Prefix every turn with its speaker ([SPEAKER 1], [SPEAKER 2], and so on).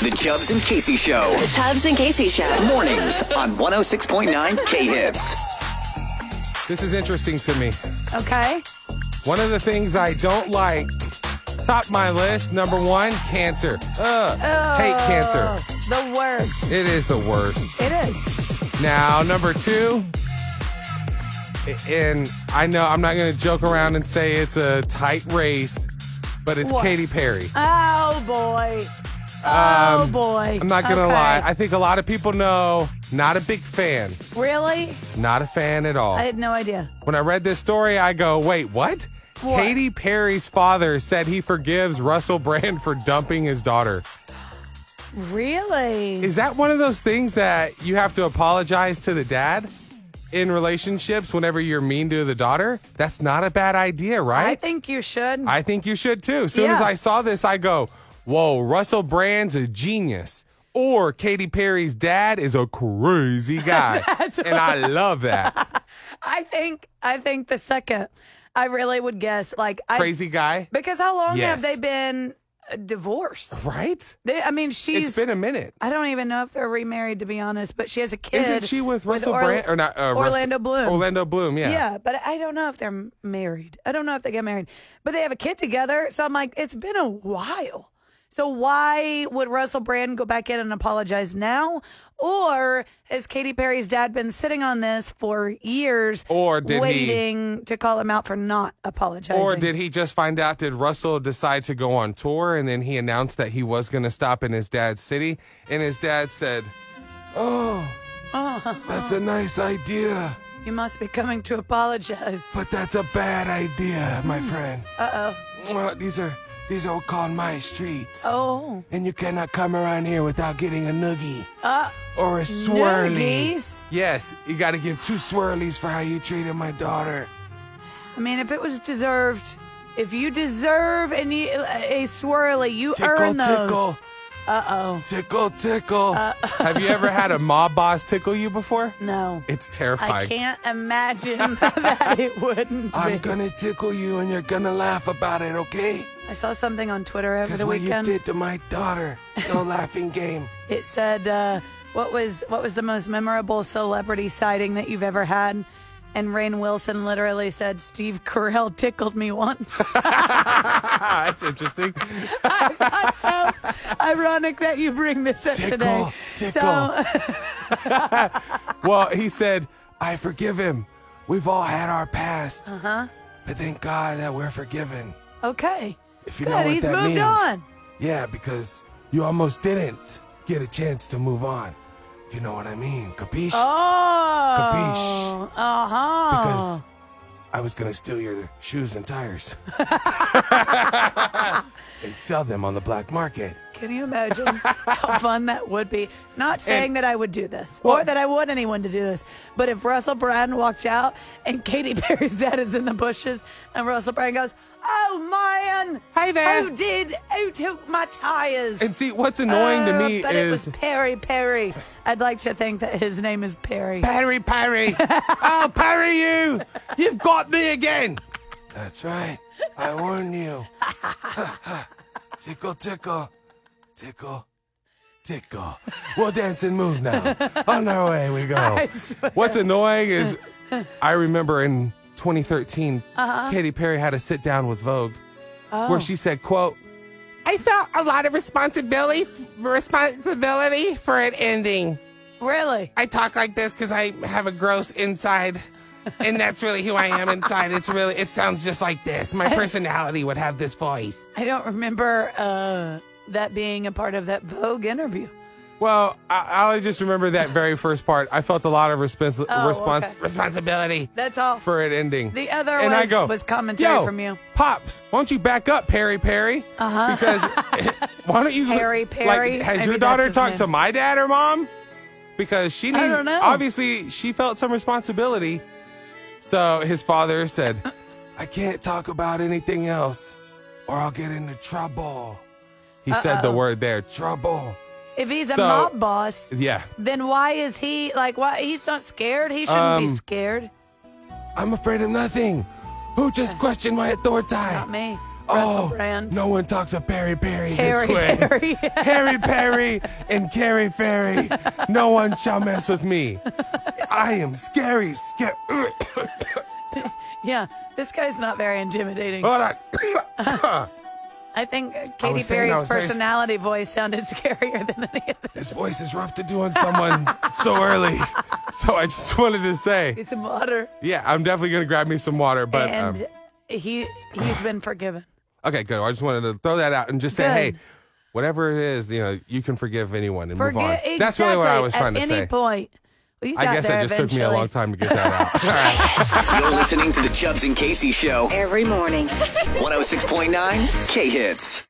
[SPEAKER 1] The Chubbs and Casey Show.
[SPEAKER 2] The Tubbs and Casey Show.
[SPEAKER 1] Mornings on 106.9 K Hits.
[SPEAKER 3] This is interesting to me.
[SPEAKER 4] Okay.
[SPEAKER 3] One of the things I don't like, top of my list, number one, cancer. Ugh, hate cancer.
[SPEAKER 4] The worst.
[SPEAKER 3] It is the worst.
[SPEAKER 4] It is.
[SPEAKER 3] Now, number two, a- and I know I'm not going to joke around and say it's a tight race, but it's
[SPEAKER 4] What?
[SPEAKER 3] Katy Perry.
[SPEAKER 4] Oh boy. Oh
[SPEAKER 3] Um,
[SPEAKER 4] boy.
[SPEAKER 3] I'm not going to
[SPEAKER 4] Okay.
[SPEAKER 3] lie. I think a lot of people know, not a big fan.
[SPEAKER 4] really?
[SPEAKER 3] Not a fan at all.
[SPEAKER 4] I had no idea.
[SPEAKER 3] When I read this story, I go, wait, what?
[SPEAKER 4] What?
[SPEAKER 3] Katy Perry's father said he forgives Russell Brand for dumping his daughter.
[SPEAKER 4] Really?
[SPEAKER 3] Is that one of those things that you have to apologize to the dad in relationships whenever you're mean to the daughter? That's not a bad idea, right?
[SPEAKER 4] I think you should.
[SPEAKER 3] I think you should too. As soon as
[SPEAKER 4] Yeah.
[SPEAKER 3] I saw this, I go, whoa, Russell Brand's a genius. Or Katy Perry's dad is a crazy guy. and I love that.
[SPEAKER 4] I think I think the second. I really would guess like I
[SPEAKER 3] crazy guy.
[SPEAKER 4] because how long
[SPEAKER 3] Yes.
[SPEAKER 4] have they been uh, divorced?
[SPEAKER 3] Right?
[SPEAKER 4] They, I mean, she's
[SPEAKER 3] it's been a minute.
[SPEAKER 4] I don't even know if they're remarried to be honest, but she has a kid.
[SPEAKER 3] Isn't she with Russell
[SPEAKER 4] Orla-
[SPEAKER 3] Brand or not? Uh, Russell-
[SPEAKER 4] Orlando Bloom.
[SPEAKER 3] Orlando Bloom, yeah.
[SPEAKER 4] Yeah, but I don't know if they're m- married. I don't know if they get married, but they have a kid together. So I'm like, it's been a while. So why would Russell Brand go back in and apologize now? Or has Katy Perry's dad been sitting on this for years?
[SPEAKER 3] Or did he-
[SPEAKER 4] waiting to call him out for not apologizing?
[SPEAKER 3] Or did he just find out? Did Russell decide to go on tour and then he announced that he was going to stop in his dad's city? And his dad said, Oh, that's a nice idea,
[SPEAKER 4] you must be coming to apologize?
[SPEAKER 3] but that's a bad idea, my
[SPEAKER 4] Hmm.
[SPEAKER 3] friend. Uh-oh. These are, these are called my streets.
[SPEAKER 4] Oh,
[SPEAKER 3] And you cannot come around here without getting a noogie. or a swirly.
[SPEAKER 4] Uh, noogies?
[SPEAKER 3] Yes, you got to give two swirlies for how you treated my daughter.
[SPEAKER 4] I mean, if it was deserved, if you deserve any uh, a swirly, you
[SPEAKER 3] Tickle,
[SPEAKER 4] earn those.
[SPEAKER 3] tickle.
[SPEAKER 4] Uh oh,
[SPEAKER 3] Tickle, tickle. Have you ever had a mob boss tickle you before?
[SPEAKER 4] no.
[SPEAKER 3] It's
[SPEAKER 4] I
[SPEAKER 3] terrifying.
[SPEAKER 4] can't imagine that it wouldn't be.
[SPEAKER 3] gonna tickle you and you're gonna laugh about it, okay?
[SPEAKER 4] I saw something on Twitter over the weekend.
[SPEAKER 3] to my daughter, no laughing game.
[SPEAKER 4] It said, uh, "What was what was the most memorable celebrity sighting that you've ever had?" And Rain Wilson literally said, "Steve Carell tickled me once."
[SPEAKER 3] That's interesting.
[SPEAKER 4] I thought so ironic that you bring this up today.
[SPEAKER 3] Tickle,
[SPEAKER 4] So
[SPEAKER 3] well, he said, I forgive him. We've all had our past. Uh
[SPEAKER 4] Uh-huh.
[SPEAKER 3] huh. But thank God that we're forgiven.
[SPEAKER 4] okay,
[SPEAKER 3] If you
[SPEAKER 4] good.
[SPEAKER 3] know what
[SPEAKER 4] he's
[SPEAKER 3] that
[SPEAKER 4] moved
[SPEAKER 3] means.
[SPEAKER 4] on.
[SPEAKER 3] Yeah, because you almost didn't get a chance to move on. If you know what I mean. Capiche?
[SPEAKER 4] Oh, uh huh.
[SPEAKER 3] because I was gonna steal your shoes and tires and sell them on the black market.
[SPEAKER 4] Can you imagine how fun that would be? Not saying that I would do this or
[SPEAKER 3] Well-
[SPEAKER 4] that I want anyone to do this, but if Russell Brand walked out and Katy Perry's dad is in the bushes and Russell Brand goes, Oh man,
[SPEAKER 3] Hey there."
[SPEAKER 4] who did, who took my tires?
[SPEAKER 3] And see, what's annoying to
[SPEAKER 4] Oh,
[SPEAKER 3] me
[SPEAKER 4] but
[SPEAKER 3] is
[SPEAKER 4] it was Perry Perry. I'd like to think that his name is Perry.
[SPEAKER 3] Perry Perry. I'll parry you. You've got me again. That's right. I warned you. tickle, tickle, tickle, tickle. We'll dance and move now. On our way we go.
[SPEAKER 4] swear.
[SPEAKER 3] What's annoying is I remember in 2013, Katy Perry had a sit down with Vogue where she said, quote, I felt a lot of responsibility responsibility for it ending.
[SPEAKER 4] Really?
[SPEAKER 3] I talk like this because I have a gross inside, and that's really who I am inside. It's really, it sounds just like this. My personality would have this voice.
[SPEAKER 4] I don't remember uh, that being a part of that Vogue interview.
[SPEAKER 3] Well, I, I just remember that very first part. I felt a lot of respons-
[SPEAKER 4] Oh,
[SPEAKER 3] respons-
[SPEAKER 4] okay.
[SPEAKER 3] responsibility
[SPEAKER 4] That's all.
[SPEAKER 3] for it ending.
[SPEAKER 4] The other
[SPEAKER 3] and I
[SPEAKER 4] was-
[SPEAKER 3] go,
[SPEAKER 4] was commentary
[SPEAKER 3] "Yo,
[SPEAKER 4] from you."
[SPEAKER 3] Pops, why don't you back up, Perry Perry? Uh huh. Because why don't you,
[SPEAKER 4] Harry Perry.
[SPEAKER 3] Like, has
[SPEAKER 4] Maybe
[SPEAKER 3] your daughter
[SPEAKER 4] that's his
[SPEAKER 3] talked
[SPEAKER 4] name.
[SPEAKER 3] to my dad or mom? Because she needs.
[SPEAKER 4] don't know.
[SPEAKER 3] Obviously, she felt some responsibility. So his father said, "I can't talk about anything else, or I'll get into trouble." He said the word there, trouble.
[SPEAKER 4] If he's a
[SPEAKER 3] So-
[SPEAKER 4] mob boss,
[SPEAKER 3] Yeah,
[SPEAKER 4] then why is he like why he's not scared he shouldn't be
[SPEAKER 3] Um,
[SPEAKER 4] scared
[SPEAKER 3] I'm afraid of nothing. Who just questioned my authority?
[SPEAKER 4] Uh. not me Russell Brand.
[SPEAKER 3] oh, No one talks of Perry Perry
[SPEAKER 4] Harry
[SPEAKER 3] this way.
[SPEAKER 4] Perry.
[SPEAKER 3] Harry Perry and Carrie Ferry. No one shall mess with me. I am scary. Sca- Hold
[SPEAKER 4] Yeah, this guy's not very intimidating.
[SPEAKER 3] on.
[SPEAKER 4] I think uh, Katy
[SPEAKER 3] was saying Oh. I
[SPEAKER 4] Perry's
[SPEAKER 3] was very s-
[SPEAKER 4] personality voice sounded scarier than any of this.
[SPEAKER 3] This voice is rough to do on someone so early. So I just wanted to say,
[SPEAKER 4] It's a modder.
[SPEAKER 3] yeah, I'm definitely gonna grab me some water. But um,
[SPEAKER 4] and he he's been forgiven.
[SPEAKER 3] okay, good. I just wanted to throw that out and just say,
[SPEAKER 4] Good.
[SPEAKER 3] hey, whatever it is, you know, you can forgive anyone and move on.
[SPEAKER 4] Forget exactly
[SPEAKER 3] That's really what I was trying
[SPEAKER 4] at
[SPEAKER 3] to
[SPEAKER 4] any
[SPEAKER 3] say.
[SPEAKER 4] point. Well, you got
[SPEAKER 3] I guess
[SPEAKER 4] there
[SPEAKER 3] it just took me a
[SPEAKER 4] eventually.
[SPEAKER 3] long time to get that out. All right.
[SPEAKER 1] You're listening to the Chubbs and Casey Show.
[SPEAKER 2] Every morning.
[SPEAKER 1] 106.9 K Hits.